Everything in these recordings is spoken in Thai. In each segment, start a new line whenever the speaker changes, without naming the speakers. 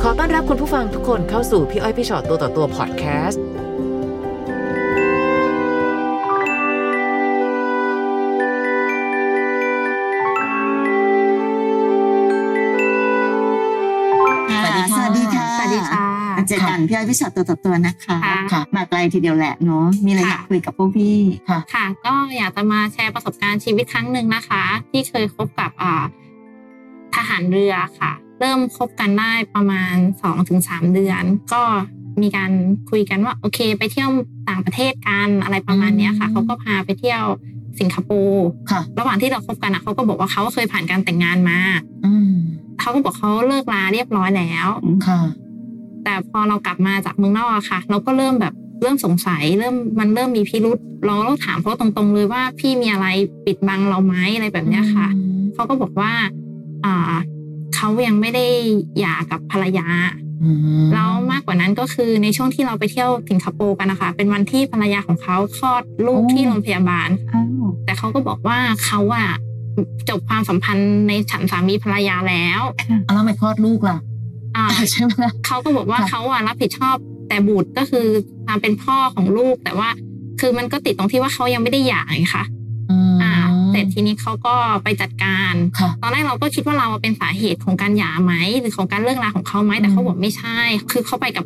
ขอต้อนรับคุณผู้ฟังทุกคนเข้าสู่พี่อ้อยพี่ชอตตัวต่อตัวพอดแคสต์
สวัสดีค่ะ
สวัสดีค่ะ
อาจารย์กันพี่อ้อยพี่ชอตตัวต่อตัวนะคะ
ค่ะ
ค่ะมาไกลทีเดียวแหละเนาะมีอะไรอยากคุยกับพวกพี่ค่ะ
ค่ะ ก็อยากจะมาแชร์ประสบการณ์ชีวิตครั้งหนึ่งนะคะ ที่เคยคบกับอ่าทหารเรือค่ะ เริ่มคบกันได้ประมาณ2อถึงสเดือน ก็มีการคุยกันว่าโอเค ไปเที่ยวต่างประเทศกันอะไรประมาณเนี้ยค่ะ
อืม
เขาก็พาไปเที่ยวสิงคโปร์
ค่ะ
ระหว่างที่เราคบกันนะเขาก็บอกว่าเขาเคยผ่านการแต่งงานมา
อืม
เขาก็บอกเขาเลิกลาเรียบร้อยแล้ว
ค่ะ
แต่พอเรากลับมาจากเมืองนอกอะค่ะ เราก็เริ่มแบบเริ่มสงสัย เริ่มมันเริ่มมีพิรุษเราเราถามเขาตรงๆเลยว่าพี่มีอะไรปิดบังเราไหมอะไรแบบเนี้ยค่ะเขาก็บอกว่า อ่าเขายังไม่ได้หย่ากับภรรยา
อืม
แล้วมากกว่านั้นก็คือในช่วงที่เราไปเที่ยวสิงคโปร์กันนะคะ เป็นวันที่ภรรยาของเขาคลอดลูกที่โรงพยาบาล
อ้าว
แต่เขาก็บอกว่าเขาอะจบความสัมพันธ์ในฉันสามีภรรยาแล้ว
เอาแล้วทำไม่คลอดลูกล่ะ
อ่า
ใช่ไหมล่ะ
เขาก็บอกว่า
ค่ะ
เขาอ่ะรับผิดชอบแต่บุตรก็คือความเป็นพ่อของลูก แต่ว่าคือมันก็ติดตรงที่ว่าเขายังไม่ได้หย่าไงคะ
อืม
อ่าเสร็จทีนี้เขาก็ไปจัดการ
ค่ะ
ตอนแรกเราก็คิดว่าเราอะเป็นสาเหตุของการหย่าไหมหรือของการเลิกราของเขาไหมแต่เขา
อืม
บอกไม่ใช่ คือเขาไปกับ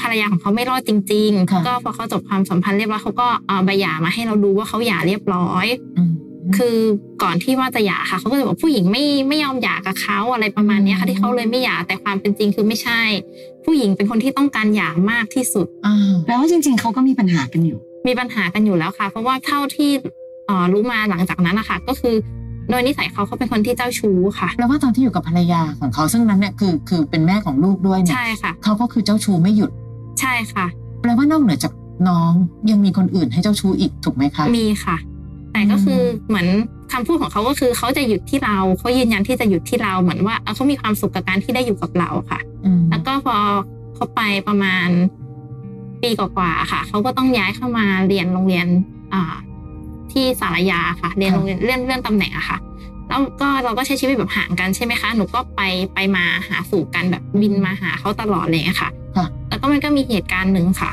ภรรยาของเขาไม่รอดจริง
ค่ะ
ๆ ก็พอเขาจบความสัมพันธ์เรียบร้อยเขาก็เอาใบหย่ามาให้เราดูว่าเขาหย่าเรียบร้อย
อืม
คือก่อนที่ว่าจะหย่าค่ะเขาก็จะบอกผู้หญิงไม่ไม่ยอมหย่ากับเขาอะไรประมาณเนี้ย
อื
ค่ะ
ม
ที่เขาเลยไม่หย่าแต่ความเป็นจริงคือไม่ใช่ ผู้หญิงเป็นคนที่ต้องการหย่ามากที่สุด
อ้าวแปลว่าจริง ๆเขาก็มีปัญหากันอยู่
มีปัญหากันอยู่แล้วค่ะ เพราะว่าเท่าที่เอ่อรู้มาหลังจากนั้นนะคะก็คือโดยนิสัยเขาเขาเป็นคนที่เจ้าชู้ค่ะ
แปลว่าตอนที่อยู่กับภรรยาของเขาซึ่งนั้นเนี่ยคือคือเป็นแม่ของลูกด้วยเนี่ย
ใช่ค่ะ
เขาก็คือเจ้าชู้ไม่หยุด
ใช่ค่ะ
แปลว่านอกเหนือจากน้องยังมีคนอื่นให้เจ้าชู้อีกถูกไหมคะ
มีค่ะ แต่ก็คือเหมือนคำพูดของเขาก็คือเขาจะหยุดที่เราเขายืนยันที่จะหยุดที่เราเหมือนว่าเอ่อเขามีความสุขกับการที่ได้อยู่กับเราค่ะ
อืม
แล้วก็พอเขาไปประมาณปีกว่าๆค่ะ เขาก็ต้องย้ายเข้ามาเรียนโรงเรียนอ่าที่สารยาค่ะ เรียน
ค่ะ
โรงเรียนเลื่อนเลื่อนตำแหน่งอะค่ะ แล้วก็เราก็ใช้ชีวิตแบบห่างกันใช่ไหมคะ หนูก็ไปไปมาหาสู่กันแบบบินมาหาเขาตลอดอะไรอย่างเลยค่ะ
ค่ะ
แล้วก็มันก็มีเหตุการณ์หนึ่งค่ะ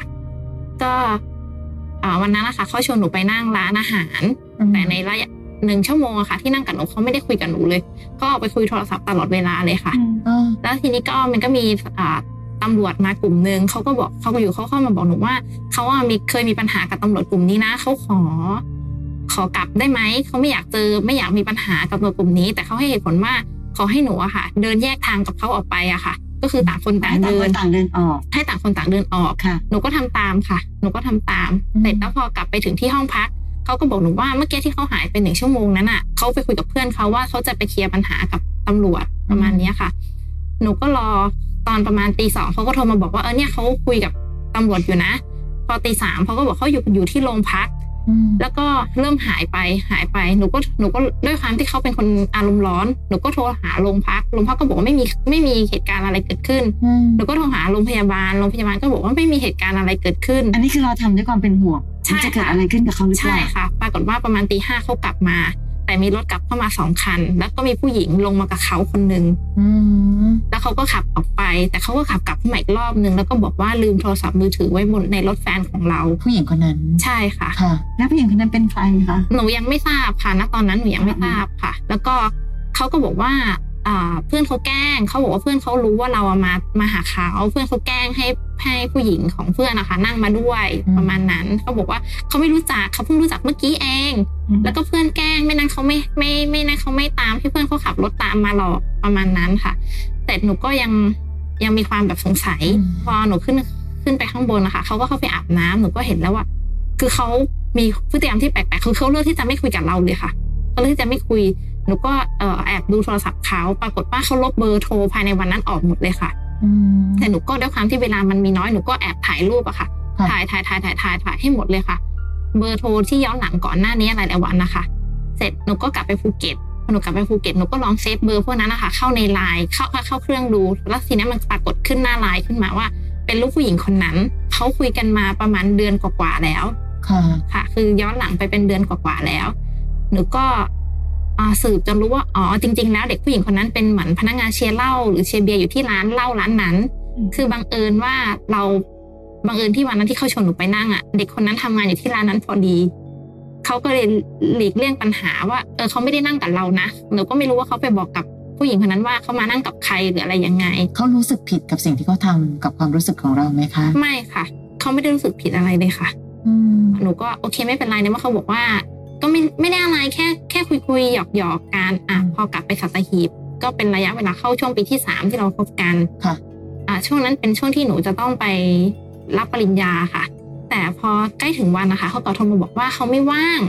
ก็เอ่อวันนั้นนะคะเขาชวนหนูไปนั่งร้านอาหาร แต่ในระยะหนึ่งชั่วโมงอะค่ะ ที่นั่งกับหนูเขาไม่ได้คุยกับหนูเลย ก็ออกไปคุยโทรศัพท์ตลอดเวลาเลยค่ะ
อ่า
แล้วทีนี้ก็มันก็มีอ่าตำรวจมากลุ่มหนึ่งเขาก็บอกเขาก็อยู่เขาเข้ามาบอกหนูว่าเขาอะมีเคยมีปัญหากับตำรวจกลุ่มนี้นะเขาขอ ขอกลับได้ไหมเขาไม่อยากเจอไม่อยากมีปัญหากับตำรวจกลุ่มนี้ แต่เขาให้เหตุผลว่าขอให้หนูอะค่ะ เดินแยกทางกับเขาออกไปอะค่ะ ก็คือต่างคนต่างเดิน
ต่างเดินออก
ให้ต่างคนต่างเดินออก
ค่ะ
หนูก็ทำตามค่ะ หนูก็ทำตาม
อืม
เสร็จแล้วพอกลับไปถึงที่ห้องพัก เขาก็บอกหนูว่าเมื่อกี้ที่เขาหายไปหนึ่งชั่วโมงนั้นอ่ะ เขาไปคุยกับเพื่อนเขาว่าเขาจะไปเคลียร์ปัญหากับตำรวจประมาณเนี้ยค่ะ หนูก็รอตอนประมาณตีสองเขาก็โทรมาบอกว่าเออเนี่ยเขาคุยกับตำรวจอยู่นะ พอตีสามเขาก็บอกเขาอยู่อยู่ที่โรงพัก
อืม
แล้วก็เริ่มหายไปหายไปหนูก็หนูก็ด้วยความที่เขาเป็นคนอารมณ์ร้อนหนูก็โทรหาโรงพักโรงพักก็บอกว่าไม่มีไม่มีเหตุการณ์อะไรเกิดขึ้น
อืม
หนูก็โทรหาโรงพยาบาล โรงพยาบาลก็บอกว่าไม่มีเหตุการณ์อะไรเกิดขึ้น
อันนี้คือเราทำด้วยความเป็นห่วง
ใช่
ว่าจะเกิด
ค่ะ
อะไรขึ้นกับเขาหรือเป
ใช่
ล่า
ค่ะ ปรากฏว่าประมาณตีห้าเขากลับมา แต่มีรถกลับเข้ามาสองคัน แล้วก็มีผู้หญิงลงมากับเขาคนหนึ่ง
อืม
แล้วเขาก็ขับออกไป แต่เขาก็ขับกลับเข้ามาอีกรอบนึง แล้วก็บอกว่าลืมโทรศัพท์มือถือไว้บนในรถแฟนของเรา
ผู้หญิงคนนั้น
ใช่ค่ะ
ค่ะ
แล้วผู้หญิงคนนั้นเป็นใครคะ
หนูยังไม่ทราบค่ะ ณ ตอนนั้นหนูยังไม่ทราบค่ะ แล้วก็เขาก็บอกว่าอ่าเพื่อนเขาแกล้ง เขาบอกว่าเพื่อนเขารู้ว่าเราอะมา มาหาเขา เพื่อนเขาแกล้งให้ให้ผู้หญิงของเพื่อนนะคะ นั่งมาด้วย
อืม
ประมาณนั้น เขาบอกว่าเขาไม่รู้จักเขาเพิ่งรู้จักเมื่อกี้เอง แล้วก็เพื่อนแกล้งไม่นั้นเขาไม่ไม่ไม่นั้นเขาไม่ตามให้เพื่อนเขาขับรถตามมาหรอกประมาณนั้นค่ะ แต่หนูก็ยังยังมีความแบบสงสัย
อืม
พอหนูขึ้นขึ้นไปข้างบนนะคะเขาก็เข้าไปอาบน้ำหนูก็เห็นแล้วว่าคือเขามีพฤติกรรมที่แปลกๆคือเขาเลือกที่จะไม่คุยกับเราเลยค่ะเขาเลือกที่จะไม่คุยหนูก็เอ่อแอบดูโทรศัพท์เขาปรากฏว่าเขาลบเบอร์โทรภายในวันนั้นออกหมดเลยค่ะ
อืม
แต่หนูก็ด้วยความที่เวลามันมีน้อยหนูก็แอบถ่ายรูปอะค่ะ
ครับ
ถ่ายถ่ายถ่ายถ่ายถ่ายถ่ายให้หมดเลยค่ะ เบอร์โทรที่ย้อนหลังก่อนหน้านี้หลายๆวันนะคะ เสร็จหนูก็กลับไปภูเก็ตพอหนูกลับไปภูเก็ตหนูก็ลองเซฟเบอร์พวกนั้นนะคะเข้าในไลน์เข้าเข้าเครื่องดู แล้วทีนี้มันปรากฏขึ้นหน้าไลน์ขึ้นมาว่า เป็นลูกผู้หญิงคนนั้นเขาคุยกันมาประมาณเดือนกว่าๆแล้ว
ค่ะ
ค่ะ คือย้อนหลังไปเป็นเดือนกว่าๆแล้ว หนูก็ อ่าสืบจนรู้ว่าอ๋อจริง ๆ แล้วเด็กผู้หญิงคนนั้นเป็นเหมือนพนักงานเชียร์เหล้าหรือเชียร์เบียร์อยู่ที่ร้านเหล้าร้านนั้น
อืม
คือบังเอิญว่าเราบังเอิญที่วันนั้นที่เขาชวนหนูไปนั่งอ่ะเด็กคนนั้นทำงานอยู่ที่ร้านนั้นพอดีเขาก็เลยหลีกเลี่ยงปัญหาว่าเออเขาไม่ได้นั่งกับเรานะหนูก็ไม่รู้ว่าเขาไปบอกกับผู้หญิงคนนั้นว่าเขามานั่งกับใครหรืออะไรยังไง
เขารู้สึกผิดกับสิ่งที่เขาทำกับความรู้สึกของเราไหมคะ
ไม่ค่ะเขาไม่ได้รู้สึกผิดอะไรเลยค่ะ
อืม
หนูก็โอเคไม่เป็นไรในเมื่อเขาบอกว่า ก็ไม่ไม่ได้อะไรแค่แค่คุยคุยหยอกหยอกๆกันอ่ะพอกลับไปสัตหีบ ก็เป็นระยะเวลาเข้าช่วงปีที่สามที่เราคบกัน
ค่ะ
อ่ะช่วงนั้นเป็นช่วงที่หนูจะต้องไปรับปริญญาค่ะ แต่พอใกล้ถึงวันนะคะเขาต่อโทรมาบอกว่าเขาไม่ว่าง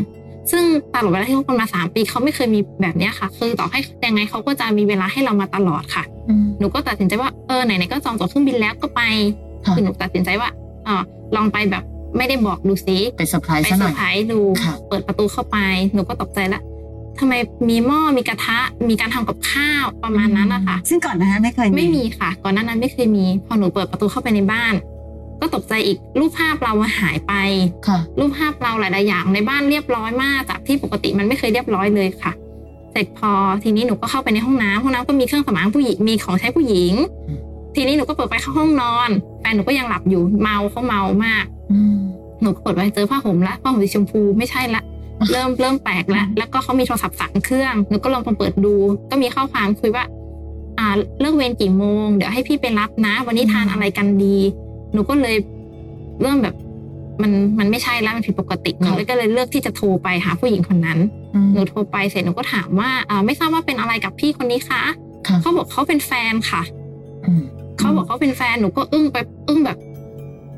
ซึ่งตลอดเวลาที่คบกันมาสามปีเขาไม่เคยมีแบบเนี้ยค่ะคือต่อให้ยังไงเขาก็จะมีเวลาให้เรามาตลอดค่ะ
อืม
หนูก็ตัดสินใจว่าเออไหนๆก็จองตั๋วเครื่องบินแล้วก็ไป
ค่ะ
คือหนูตัดสินใจว่าเออลองไปแบบไม่ได้บอกดูซิ
ไปเซอร์ไพรส์
ไป
ซะห
เซอ
น่อย
ร์ไพรส์ดู
ค่ะ
เปิดประตูเข้าไป หนูก็ตกใจละทำไมมีหม้อมีกระทะ มีการทำกับข้าวประมาณนั้นนะคะ
ซึ่งก่อนหนานั้นไม่เคย
ไม่มีค่ะ ก่อนหน้านั้นไม่เคยมี พอหนูเปิดประตูเข้าไปในบ้าน ก็ตกใจอีกรูปภาพเราอะหายไป
ค่ะ
รูปภาพเราหลายๆอย่างในบ้านเรียบร้อยมากจากที่ปกติมันไม่เคยเรียบร้อยเลยค่ะ เสร็จพอทีนี้หนูก็เข้าไปในห้องน้ำห้องน้ำก็มีเครื่องสำอางผู้หญิงมีของใช้ผู้หญิง
อืม
ทีนี้หนูก็เปิดไปเข้าห้องนอนแฟนหนูก็ยังหลับอยู่เมาเขาเมามาก
อืม
หนูก็เปิดไว้เจอผ้าห่มละผ้าห่มสีชมพูไม่ใช่ ละ เริ่มเริ่มแปลกละแล้วก็เขามีโทรศัพท์สามเครื่องหนูก็ลองไปเปิดดู ก็มีข้อความคุยว่า อ่าเลิกเวรกี่โมง เดี๋ยวให้พี่ไปรับนะ วันนี้ทานอะไรกันดี หนูก็เลยเริ่มแบบมันมันไม่ใช่แล้วมันผิดปกติหนู
ค่ะ
เลยก็เลยเลือกที่จะโทรไปหาผู้หญิงคนนั้น
อืม
หนูโทรไปเสร็จหนูก็ถามว่าอ่าไม่ทราบว่าเป็นอะไรกับพี่คนนี้คะ
ค่ะ
เขาบอกเขาเป็นแฟนค่ะ
อืม
เขาบอกเขาเป็นแฟนหนูก็อึ้งไปอึ้งแบบ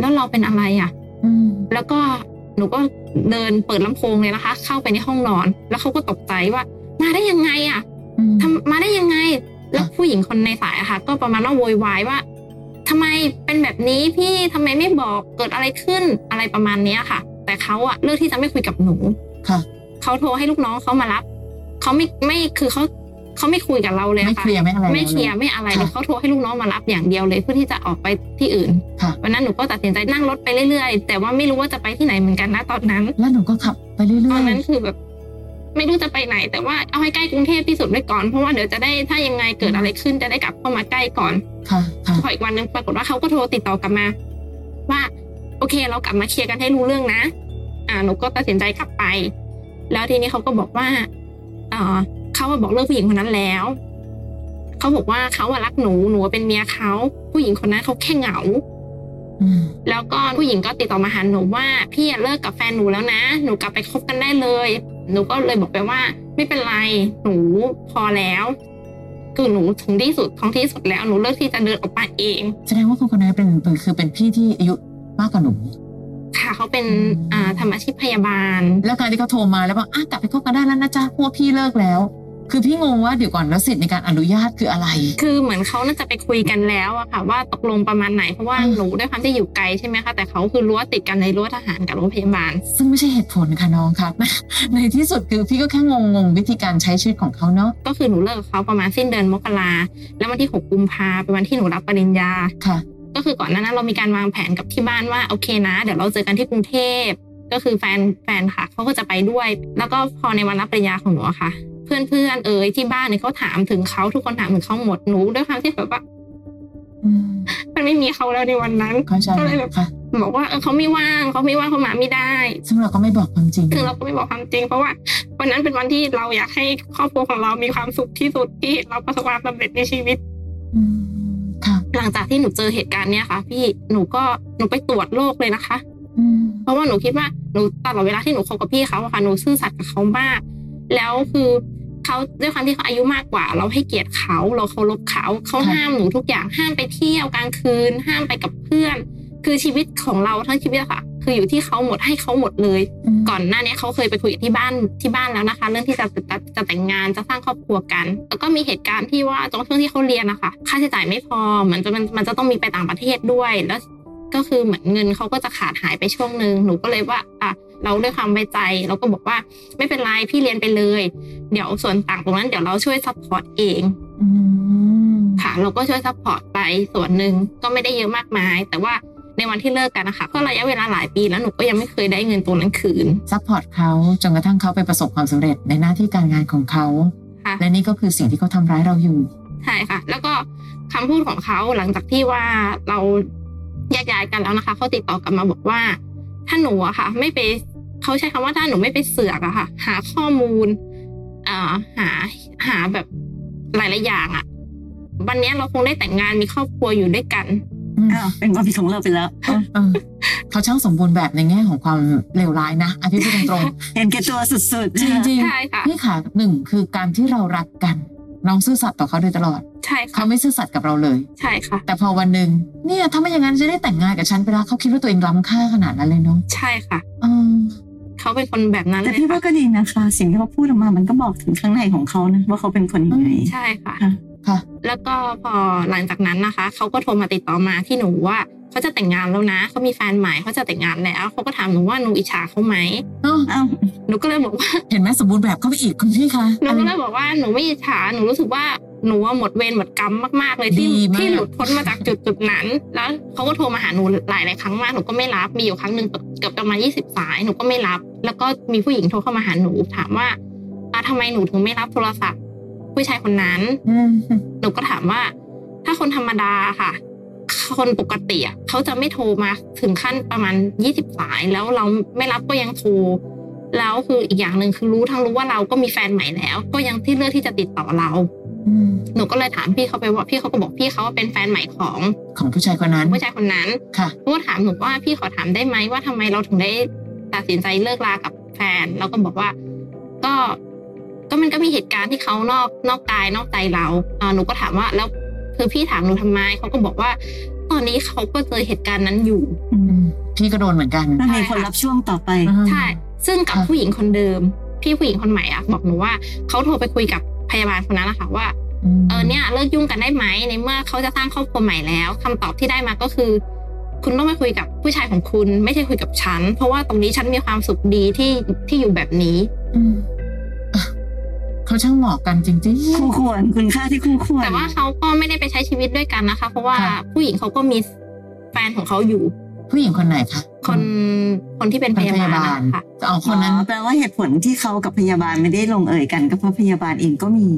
แล้วเราเป็นอะไรอ่ะ
อืม
แล้วก็หนูก็เดินเปิดลำโพงเลยนะคะ เข้าไปในห้องนอน แล้วเขาก็ตกใจว่า มาได้ยังไงอ่ะ
อืม
ทำมาได้ยังไง แล้ว
อ่ะ
ผู้หญิงคนในสายอะค่ะ ก็ประมาณว่าโวยวายว่าทำไมเป็นแบบนี้พี่ทำไมไม่บอกเกิดอะไรขึ้นอะไรประมาณเนี้ยค่ะ แต่เขาอะเลือกที่จะไม่คุยกับหนู
ค่ะ
เขาโทรให้ลูกน้องเขามารับเขาไม่ไม่คือเขาเขาไม่คุยกับเราเลย
ไม่
อะ
เค
ค่ะ
ลียร์ไม่อะไร
ไม่เคลียร์
ล
ไม่อะไรเลย
ค่ะ
เขาโทรให้ลูกน้องมารับอย่างเดียวเลยเพื่อที่จะออกไปที่อื่น
ค่ะ
วันนั้นหนูก็ตัดสินใจนั่งรถไปเรื่อยๆ แต่ว่าไม่รู้ว่าจะไปที่ไหนเหมือนกันนะตอนนั้น
แล้วหนูก็ขับไปเรื่
ตอ
อน ย
นั้นคือแบบ ไม่รู้จะไปไหน แต่ว่าเอาให้ใกล้กรุงเทพที่สุดไว้ก่อนเพราะว่าเดี๋ยวจะได้ถ้ายังไงเกิดอะไรขึ้นจะได้กลับเข้ามาใกล้ก่อน
ๆค่ะค่ะ
พออีกวันนึงปรากฏว่าเขาก็โทรติดต่อกลับมา ว่า โอเค เรากลับมาเคลียร์กันให้รู้เรื่องนะ อ่าหนูก็ตัดสินใจกลับไป แล้วทีนี้เขาก็บอกว่าเออเขาอะบอกเลิกผู้หญิงคนนั้นแล้วเขาบอกว่าเขาอะรักหนูหนูอะเป็นเมียเขาผู้หญิงคนนั้นเขาแค่เหงา
อืม
แล้วก็ผู้หญิงก็ติดต่อมาหาหนูว่าพี่อะเลิกกับแฟนหนูแล้วนะ หนูกลับไปคบกันได้เลย หนูก็เลยบอกไปว่า ไม่เป็นไรหนูพอแล้วคือหนูถึงที่สุดท้องที่สุดแล้วหนูเลิกที่จะเดินออกไปเอง
แสดงว่าคุณคนนั้นเป็นเป็นคือเป็นพี่ที่อายุมากกว่าหนู
ค่ะเขาเป็น
อืม
อ่าทำอาชีพพยาบาล
แล้วการที่เขาโทรมาแล้วบอกอ่ะกลับไปคบกันได้แล้วนะจ๊ะพวกพี่เลิกแล้ว คือพี่งงว่าเดี๋ยวก่อนแล้วสิทธิ์ในการอนุญาตคืออะไร
คือเหมือนเขาน่าจะไปคุยกันแล้วอะค่ะ ว่าตกลงประมาณไหนเพราะว่า
อืม
หนูด้วยความที่อยู่ไกลใช่ไหมคะแต่เขาคือรั้วติดกันในรั้วทหารกับรั้วพยาบาล
ซึ่งไม่ใช่เหตุผลค่ะ น้องครับ ในที่สุดคือพี่ก็แค่งงงๆวิธีการใช้ชีวิตของเขาเนาะ
ก็คือหนูเลิกกับเขาประมาณสิ้นเดือนมกราแล้ววันที่ 6 กุมภาเป็นวันที่หนูรับปริญญา
ค่ะ
ก็คือก่อนหน้านั้นเรามีการวางแผนกับที่บ้านว่าโอเคนะ เดี๋ยวเราเจอกันที่กรุงเทพก็คือแฟนแฟนค่ะเขาก็จะไปด้วย แล้วก็พอในวันรับปริญญาของหนูอะค่ะ เพื่อนเพื่อนๆเอ่ยที่บ้านเนี่ยเขาถามถึงเขาทุกคนถามถึงเขาหมดหนูด้วยความที่แบบว่า
อืม
มันไม่มีเขาแล้วในวันนั้น
เข้าใจ
ก็เลยแบบ
ค่ะ
บอกว่าเออเขาไม่ว่างเขาไม่ว่างเขามาไม่ได้
ซึ่งเราก็ไม่บอกความจริง
ซึ่งเราก็ไม่บอกความจริง เพราะว่าวันนั้นเป็นวันที่เราอยากให้ครอบครัวของเรามีความสุขที่สุดที่เราประสบความสำเร็จในชีวิต
อืมค่ะ
หลังจากที่หนูเจอเหตุการณ์เนี้ยค่ะ พี่หนูก็หนูไปตรวจโรคเลยนะคะ
อืม
เพราะว่าหนูคิดว่าหนูตลอดเวลาที่หนูคบกับพี่เขาอะค่ะหนูซื่อสัตย์กับเขามาก แล้วคือเขาด้วยความที่เขาอายุมากกว่า เราให้เกียรติเขาเราเคารพเขาเขาห้ามหนูทุกอย่างห้ามไปเที่ยวกลางคืน ห้ามไปกับเพื่อน คือชีวิตของเราทั้งชีวิตอะค่ะ คืออยู่ที่เขาหมดให้เขาหมดเลย
ม
ก่อนหน้านี้เขาเคยไปคุยกับที่บ้านที่บ้านแล้วนะคะ เรื่องที่จะจะจะแต่งงานจะสร้างครอบครัวกัน แล้วก็มีเหตุการณ์ที่ว่าตอนช่วงที่เขาเรียนนะคะค่าใช้จ่ายไม่พอเหมือนจะมันมันจะต้องมีไปต่างประเทศด้วย แล้วก็คือเหมือนเงินเขาก็จะขาดหายไปช่วงหนึ่งหนูก็เลยว่าอ่ะเราด้วยความไว้ใจเราก็บอกว่าไม่เป็นไรพี่เรียนไปเลย เดี๋ยวส่วนต่างตรงนั้นเดี๋ยวเราช่วยซัพพอร์ตเอง
อืม
ค่ะเราก็ช่วยซัพพอร์ตไปส่วนหนึ่งก็ไม่ได้เยอะมากมาย แต่ว่า ในวันที่เลิกกันนะคะก็ระยะเวลาหลายปีแล้วหนูก็ยังไม่เคยได้เงินตรงนั้นคืน
ซัพพอร์ตเขาจนกระทั่งเขาไปประสบความสำเร็จในหน้าที่การงานของเขา
ค่ะ
และนี่ก็คือสิ่งที่เขาทำร้ายเราอยู่
ใช่ค่ะ แล้วก็คำพูดของเขาหลังจากที่ว่าเราแยกย้ายกันแล้วนะคะเขาติดต่อกลับมาบอกว่าถ้าหนูอะค่ะ ไม่ไปเขาใช้คำว่าถ้าหนูไม่ไปเสือกอะค่ะ หาข้อมูลเอ่อหาหาแบบหลายๆอย่างอะวันเนี้ยเราคงได้แต่งงานมีครอบครัวอยู่ด้วยกัน
อืม
อ้าวเป็นความผิดของเราไปแล้ว
เออเขาช่างสมบูรณ์แบบในแง่ของความเลวร้ายนะอภิพูดตรง
เห็นแก่ตัวสุดๆ
ๆจ
นะคะ
ริง
ใช่ค่ะ
ๆนี่ค่ะหนึ่งคือการที่เรารักกัน น้องซื่อสัตย์ต่อเขาโดยตลอด
ใช่
เขา
ค่ะ
ไม่ซื่อสัตย์กับเราเลย
ใช่ค่ะ
แต่พอวันหนึ่งเนี่ยถ้าไม่อย่างนั้นจะได้แต่งงานกับฉันไปแล้วเขาคิดว่าตัวเองล้ำค่าขนาดนั้นเลยเนาะ
ใช่ค่ะ
เออ
เขาเป็นคนแบบนั้นเล
แต่
ย
พี่ว่า
ค่ะ
ก็ดีนะคะ สิ่งที่เขาพูดออกมามันก็บอกถึงข้างในของเขานะว่าเขาเป็นคนยังไง
ใช่ค่ะ
ค่ะ
แล้วก็พอหลังจากนั้นนะคะเขาก็โทรมาติดต่อมาที่หนูว่าเขาจะแต่งงานแล้วนะเขามีแฟนใหม่เขาจะแต่งงานแล้วเขาก็ถามหนูว่าหนูอิจฉาเขาไหม
เอ้า
อ้าว
หนูก็เลยบอกว่า
เห็นไหมสมบูรณ์แบบเข้าไปอีกคุณพี่คะ
หนูก็เลยบอกว่าหนูไม่อิจฉาหนูรู้สึกว่าหนูว่าหมดเวรหมดกรรมมากๆเลยที่
ดีมาก
ที่หลุดพ้นมาจากจุดจุดนั้น แล้วเขาก็โทรมาหาหนูหลายหลายๆครั้งมากหนูก็ไม่รับมีอยู่ครั้งหนึ่งเกือบประมาณยี่สิบสายหนูก็ไม่รับ แล้วก็มีผู้หญิงโทรเข้ามาหาหนูถามว่าอ่ะทำไมหนูถึงไม่รับโทรศัพท์ ผู้ชายคนนั้น
อืม
หนูก็ถามว่า ถ้าคนธรรมดาค่ะ คนปกติอะเขาจะไม่โทรมาถึงขั้นประมาณยี่สิบสายแล้วเราไม่รับก็ยังโทรแล้วคืออีกอย่างหนึ่งคือรู้ทั้งรู้ว่าเราก็มีแฟนใหม่แล้ว ก็ยังที่เลือกที่จะติดต่อเรา
อืม
หนูก็เลยถามพี่เขาไปว่าพี่เขาก็บอกพี่เขาว่าเป็นแฟนใหม่ของ
ของผู้ชายคนนั้น
ผู้ชายคนนั้น
ค่ะ
หนูก็ถามหนูว่าพี่ขอถามได้ไหมว่าทำไมเราถึงได้ตัดสินใจเลิกลากับแฟนเราก็บอกว่า ก็ก็มันก็มีเหตุการณ์ที่เขานอกนอกกายนอกใจเราเอ่อหนูก็ถามว่า แล้วคือพี่ถามหนูทำไมเขาก็บอกว่า ตอนนี้เขาก็เจอเหตุการณ์นั้นอยู่
อื
อืม
ม
พี่ก็โดนเหมือนกัน
นั่นมีคนรับช่วงต่อไป
อืม
ใช่ ซึ่งกับ
ค่ะ
ผู้หญิงคนเดิม พี่ผู้หญิงคนใหม่อะบอกหนูว่าเขาโทรไปคุยกับพยาบาลคนนั้นนะคะว่า
ม
เออเนี่ยเลิกยุ่งกันได้ไหมในเมื่อเขาจะสร้างครอบครัวใหม่แล้วคำตอบที่ได้มาก็คือ คุณต้องไปคุยกับผู้ชายของคุณ ไม่ใช่คุยกับฉัน เพราะว่าตรงนี้ฉันมีความสุขดีที่ที่อยู่แบบนี้
อืมอ่ะเขาช่างเหมาะกันจริง
คู่ควรคุณค่าที่คู่ควร
แต่ว่าเขาก็ไม่ได้ไปใช้ชีวิตด้วยกันนะคะ เพราะว่า
ค่ะ
ผู้หญิงเขาก็มีแฟนของเขาอยู่
ๆ ผู้หญิงคนไหนคะ
คนคนที่เป็นพยาบาลนะคะ
จะเอาคนนั้น
อ๋อแปลว่าเหตุผลที่เขากับพยาบาลไม่ได้ลงเอ่ยกันก็เพราะพยาบาลเองก็มี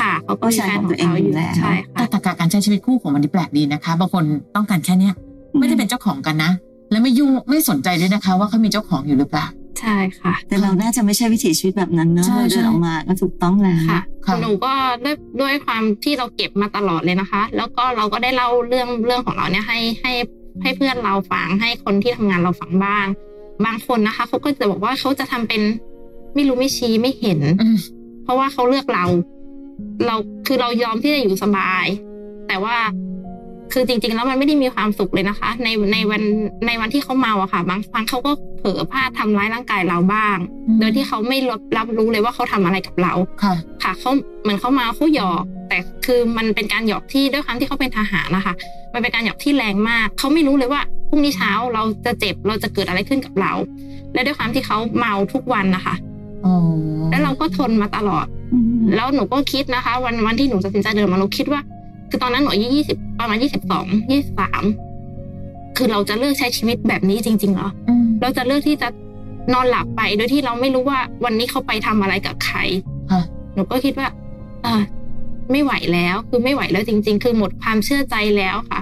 ค่ะเขาก็มีแฟนของเขาอยู่
ผู้ชายของตัวเองอยู่แล้ว
ใช่
แต่
ค่ะ
ตรรกะการใช้ชีวิตคู่ของมันนี่แปลกดีนะคะ บางคนต้องการแค่เนี้ย ไม่ได้เป็นเจ้าของกันนะ และไม่ยุ่งไม่สนใจด้วยนะคะ ว่าเขามีเจ้าของอยู่หรือเปล่า
ใช่ค่ะ
แต่เราน่าจะไม่ใช่วิถีชีวิตแบบนั้นเนอะ
ใช่
เรา
ใช่
เดินออกมาก็ถูกต้องแล้ว
ค่ะ
ค่ะ
หนูก็ด้วยด้วยความที่เราเก็บมาตลอดเลยนะคะ แล้วก็เราก็ได้เล่าเรื่องเรื่องของเราเนี่ยให้ให้ให้เพื่อนเราฟังให้คนที่ทำงานเราฟังบ้าง บางคนนะคะเขาก็จะบอกว่าเขาจะทำเป็นไม่รู้ไม่ชี้ไม่เห็น
อืม
เพราะว่าเขาเลือกเรา เราคือเรายอมที่จะอยู่สบาย แต่ว่าคือจริง ๆ แล้วมันไม่ได้มีความสุขเลยนะคะ ในในวันในวันที่เขาเมาอะค่ะ บางครั้งเขาก็เผลอพลาดทำร้ายร่างกายเราบ้าง โดยที่เขาไม่รับรับรู้เลยว่าเขาทำอะไรกับเรา
ค่ะ
ค่ะเขาเหมือนเขามาเขาหยอก แต่คือมันเป็นการหยอกที่ด้วยความที่เขาเป็นทหารนะคะ มันเป็นการหยอกที่แรงมากเขาไม่รู้เลยว่าพรุ่งนี้เช้าเราจะเจ็บเราจะเกิดอะไรขึ้นกับเรา และด้วยความที่เขาเมาทุกวันนะคะ
อ๋อ
แล้วเราก็ทนมาตลอด แล้วหนูก็คิดนะคะ วันวันที่หนูตัดสินใจเดินมาหนูคิดว่า คือตอนนั้นหนูอายุยี่สิบประมาณยี่สิบสองยี่สามคือเราจะเลือกใช้ชีวิตแบบนี้จริงๆเหรอ
อืม
เราจะเลือกที่จะนอนหลับไป โดยที่เราไม่รู้ว่าวันนี้เขาไปทำอะไรกับใคร
ค่ะ
หนูก็คิดว่าเออไม่ไหวแล้ว คือไม่ไหวแล้วจริง ๆ คือหมดความเชื่อใจแล้วค่ะ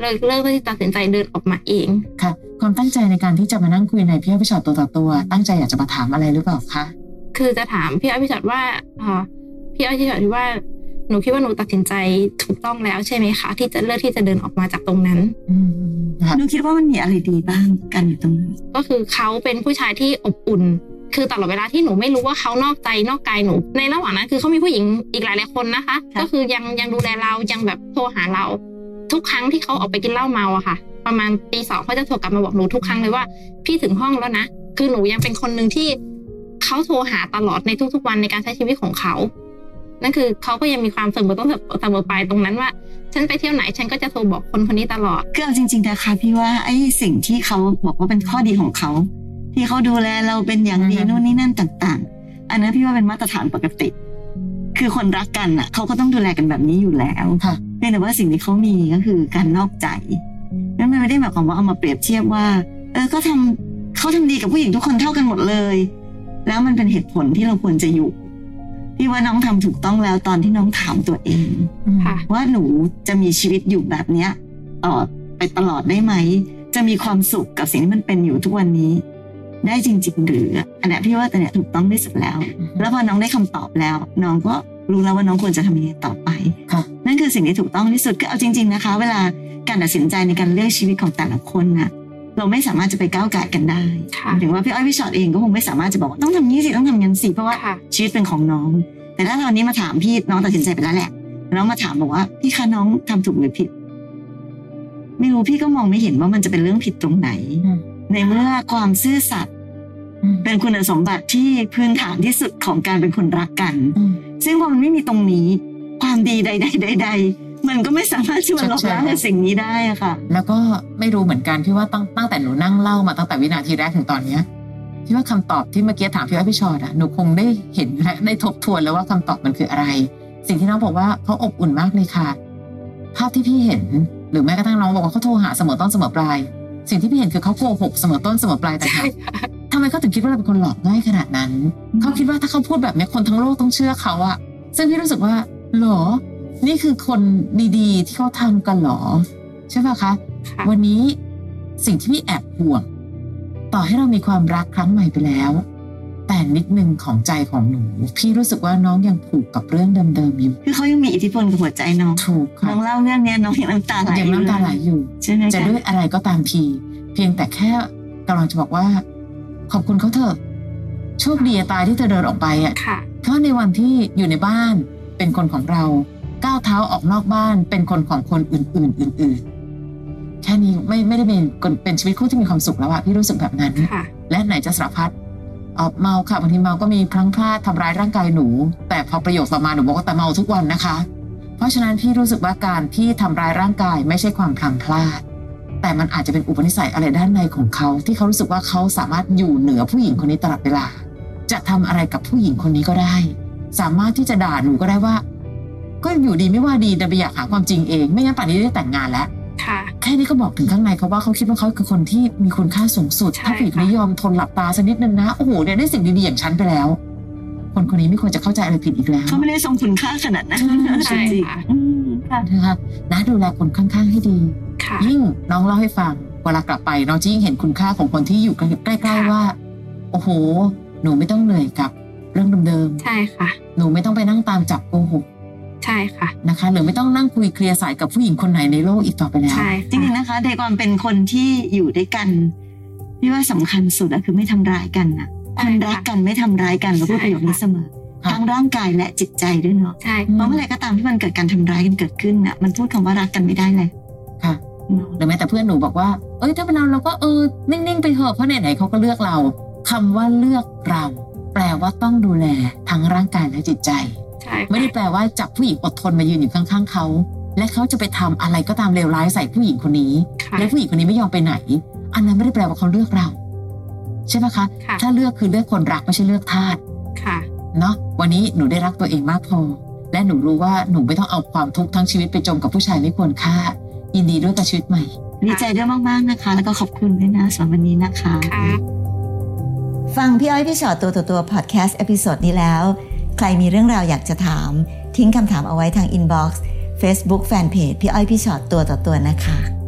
เลิกเลิกที่ตัดสินใจเดินออกมาเอง
ค่ะ ความตั้งใจในการที่จะมานั่งคุยในพี่อ้อยพี่ชอตตัวต่อตัว ตั้งใจอยากจะมาถามอะไรหรือเปล่าคะ
คือจะถามพี่อ้อยพี่จอดว่าเอ่อพี่อ้อยพี่จอดว่า หนูคิดว่าหนูตัดสินใจถูกต้องแล้วใช่ไหมคะ ที่จะเลือกที่จะเดินออกมาจากตรงนั้น
อืมค่ะ
หนูคิดว่ามันมีอะไรดีบ้างกันอยู่ตรงนั้น
ก็คือเขาเป็นผู้ชายที่อบอุ่น คือตลอดเวลาที่หนูไม่รู้ว่าเขานอกใจนอกกายหนู ในระหว่างนั้นคือเขามีผู้หญิงอีกหลายๆคนนะคะ
ค่ะ
ก็คือยังยังดูแลเรา ยังแบบโทรหาเรา ทุกครั้งที่เขาออกไปกินเหล้าเมาอะค่ะ ประมาณตีสองเขาจะโทรกลับมาบอกหนูทุกครั้งเลยว่า พี่ถึงห้องแล้วนะ คือหนูยังเป็นคนหนึ่งที่เขาโทรหาตลอดในทุกๆวันในการใช้ชีวิตของเขา นั่นคือเขาก็ยังมีความเสมอต้นเสมอปลายตรงนั้นว่า ฉันไปเที่ยวไหนฉันก็จะโทรบอกคนคนนี้ตลอด
คือเอาจริง ๆนะคะพี่ว่าไอ้สิ่งที่เขาบอกว่าเป็นข้อดีของเขา ที่เขาดูแลเราเป็นอย่างดี
อือฮึ
นู่นนี่นั่นต่าง ๆ อันนั้นพี่ว่าเป็นมาตรฐานปกติ คือคนรักกันอ่ะเขาก็ต้องดูแลกันแบบนี้อยู่แล้ว
ค่ะ
เพียงแต่ว่าสิ่งที่เขามีก็คือการนอกใจนั่นเว ไม่ได้หมายความว่าเอามาเปรียบเทียบว่า เออก็ทำเขาทำดีกับผู้หญิงทุกคนเท่ากันหมดเลย แล้วมันเป็นเหตุผลที่เราควรจะอยู่ที่ว่าน้องทำถูกต้องแล้วตอนที่น้องถามตัวเอง
ค่ะ
ว่าหนูจะมีชีวิตอยู่แบบเนี้ยต่อไปตลอดได้ไหม จะมีความสุขกับสิ่งที่มันเป็นอยู่ทุกวันนี้ ได้จริง ๆ หรืออันเนี้ยพี่ว่าตอนเนี้ยถูกต้องที่สุดแล้ว แล้วพอน้องได้คำตอบแล้ว น้องก็รู้แล้วว่าน้องควรจะทำยังไงต่อไป
ค่ะ
นั่นคือสิ่งที่ถูกต้องที่สุดก็เอาจริง ๆนะคะ เวลาการตัดสินใจในการเลือกชีวิตของแต่ละคนน่ะ เราไม่สามารถจะไปก้าวไก่ายกันได้
ค่ะ
หมายถึงว่าพี่อ้อยพี่ชอตเองก็คงไม่สามารถจะบอกว่าต้องทำนี้สิต้องทำงั้นสิเพราะว่า
ค่ะ
ชีวิตเป็นของน้อง แต่ถ้าตอนนี้มาถามพี่น้องตัดสินใจไปแล้วแหละ น้องมาถามบอกว่าพี่คะน้องทำถูกหรือผิด ไม่รู้พี่ก็มองไม่เห็นว่ามันจะเป็นเรื่องผิดตรงไหน
อืม
ในเมื่อความซื่อสัตย์
อืม
เป็นคุณสมบัติที่พื้นฐานที่สุดของการเป็นคนรักกัน
อืม
ซึ่งพอมันไม่มีตรงนี้ ความดีใด ๆ ใด ๆ มันก็ไม่สามารถที่จะลบล้างในสิ่งนี้ได้อะค่ะ
แล้วก็ไม่รู้เหมือนกันพี่ว่าตั้งตั้งแต่หนูนั่งเล่ามาตั้งแต่วินาทีแรกถึงตอนเนี้ยพี่ว่าคำตอบที่เมื่อกี้ถามพี่ว่าพี่ชอดอะหนูคงได้เห็นและได้ทบทวนแล้วว่าคำตอบมันคืออะไร สิ่งที่น้องบอกว่าเขาอบอุ่นมากเลยค่ะ ภาพที่พี่เห็น หรือแม้กระทั่งน้องบอกว่าเขาโทรหาเสมอต้นเสมอปลาย สิ่งที่พี่เห็นคือเขาโกหกเสมอต้นเสมอปลายแต่างหาก ทำไมเขาถึงคิดว่าเราเป็นคนหลอกง่ายขนาดนั้น
อืม
เขาคิดว่าถ้าเขาพูดแบบเนี้ยคนทั้งโลกต้องเชื่อเขาอะซึ่งพี่รู้สึกว่าหรอ นี่คือคนดีๆ ที่เขาทำกันหรอ ใช่ป่ะคะ
ค่ะ
วันนี้สิ่งที่พี่แอบห่วง ต่อให้เรามีความรักครั้งใหม่ไปแล้ว แต่นิดนึงของใจของหนู พี่รู้สึกว่าน้องยังผูกกับเรื่องเดิมๆอยู่
คือเขายังมีอิทธิพลกับหัวใจน้อง
ถูก
น้
ค่ะ
องเล่าเรื่องเนี้ยน้องยังน้ำตาไหล
ยังน้ำตาไหลอยู่
ใช่ไหม
จะ
คะ
ด้วยอะไรก็ตามที เพียงแต่แค่กำลังจะบอกว่า ขอบคุณเขาเถอะโชคดีอะตายที่เธอเดินออกไปอ่ะ
ค่ะ
เพราะในวันที่อยู่ในบ้านเป็นคนของเรา ก้าวเท้าออกนอกบ้านเป็นคนของคนอื่น ๆ อื่น ๆ แค่นี้ไม่ไม่ได้เป็นคนเป็นชีวิตคู่ที่มีความสุขแล้วอะพี่รู้สึกแบบนั้น
ค่ะ
และไหนจะสารพัดเอ่อเมาค่ะบางทีเมาก็มีพลั้งพลาดทำร้ายร่างกายหนู แต่พอประโยคต่อมาหนูบอกว่าแต่เมาทุกวันนะคะ เพราะฉะนั้นพี่รู้สึกว่าการที่ทำร้ายร่างกายไม่ใช่ความพลังพลาด แต่มันอาจจะเป็นอุปนิสัยอะไรด้านในของเขา ที่เขารู้สึกว่าเขาสามารถอยู่เหนือผู้หญิงคนนี้ตลอดเวลา จะทำอะไรกับผู้หญิงคนนี้ก็ได้ สามารถที่จะด่าหนูก็ได้ว่า ก็อยู่ดีไม่ว่าดีแต่ไปอยากหาความจริงเองไม่งั้นป่านนี้ได้แต่งงานแล้ว
ค่ะ
แค่นี้ก็บอกถึงข้างในเขาว่าเขาคิดว่าเขาคือคนที่มีคุณค่าสูงสุด
ใช่
ถ้าผี
ค่ะ
นิยอมทนหลับตาสักนิดนึงนะ โอ้โหเนี่ยได้สิ่งดีๆอย่างฉันไปแล้ว คนคนนี้ไม่ควรจะเข้าใจอะไรผิดอีกแล้ว
เขาไม่ได้ทรงคุณค่าขนาดนั้น
ใช่
จริง
ค่ะ
อืมค่ะ
นะครับนะดูแลคนข้างๆให้ดี
ค่ะ
ยิ่งน้องเล่าให้ฟัง เวลากลับไปน้องจะยิ่งเห็นคุณค่าของคนที่อยู่ใกล้
ค่ะ
ๆว่า โอ้โห หนูไม่ต้องเหนื่อยกับเรื่องเดิม
ใช่ค่ะ
ๆหนูไม่ต้องไปนั่งตามจับโกหก
ใช่ค่ะ
นะคะหรือไม่ต้องนั่งคุยเคลียร์สายกับผู้หญิงคนไหนในโลกอีกต่อไปแล้ว
ใช่
จริงๆนะคะในความเป็นคนที่อยู่ด้วยกันพี่ว่าสำคัญสุดอะคือไม่ทำร้ายกันนะคนรักกันไม่ทำร้ายกันเราพูดประโยคนี้เสมอ
ค่ะ
ทั้งร่างกายและจิตใจด้วยเนาะ
ใช่
เพราะเมื่อไหรก็ตามที่มันเกิดการทำร้ายกันเกิดขึ้นน่ะมันพูดคำว่ารักกันไม่ได้เลย
ค่ะ
เนาะ
หรือแม้แต่เพื่อนหนูบอกว่า เอ้ยถ้าเป็นเราเราก็เออนิ่ง ๆ ไปเถอะเพราะไหน ๆเขาก็เลือกเราคำว่าเลือกเรา แปลว่าต้องดูแลทั้งร่างกายและจิตใจ
ใช่
ไม่ได้แปลว่าจับผู้หญิงอดทนมายืนอยู่ข้าง ๆเขา และเขาจะไปทำอะไรก็ตามเลวร้ายใส่ผู้หญิงคนนี้
ค่ะ
และผู้หญิงคนนี้ไม่ยอมไปไหน อันนั้นไม่ได้แปลว่าเขาเลือกเรา ใช่ไหมคะ
ค่ะ
ถ้าเลือกคือเลือกคนรักไม่ใช่เลือกทาส
ค่ะ
เนาะวันนี้หนูได้รักตัวเองมากพอ และหนูรู้ว่าหนูไม่ต้องเอาความทุกข์ทั้งชีวิตไปจมกับผู้ชายไม่ควรค่า ยินดีด้วยกับชีวิตใหม่
ดีใจด้วยมากๆนะคะ แล้วก็ขอบคุณด้วยนะสำหรับวันนี้นะคะ
ค่ะ
ฟังพี่อ้อยพี่ชอตตัวต่อตัวพอดแคสต์เอพิโซดนี้แล้ว ใครมีเรื่องราวอยากจะถาม ทิ้งคำถามเอาไว้ทางอินบ็อกซ์เฟซบุ๊กแฟนเพจพี่อ้อยพี่ชอตตัวต่อตัวนะคะ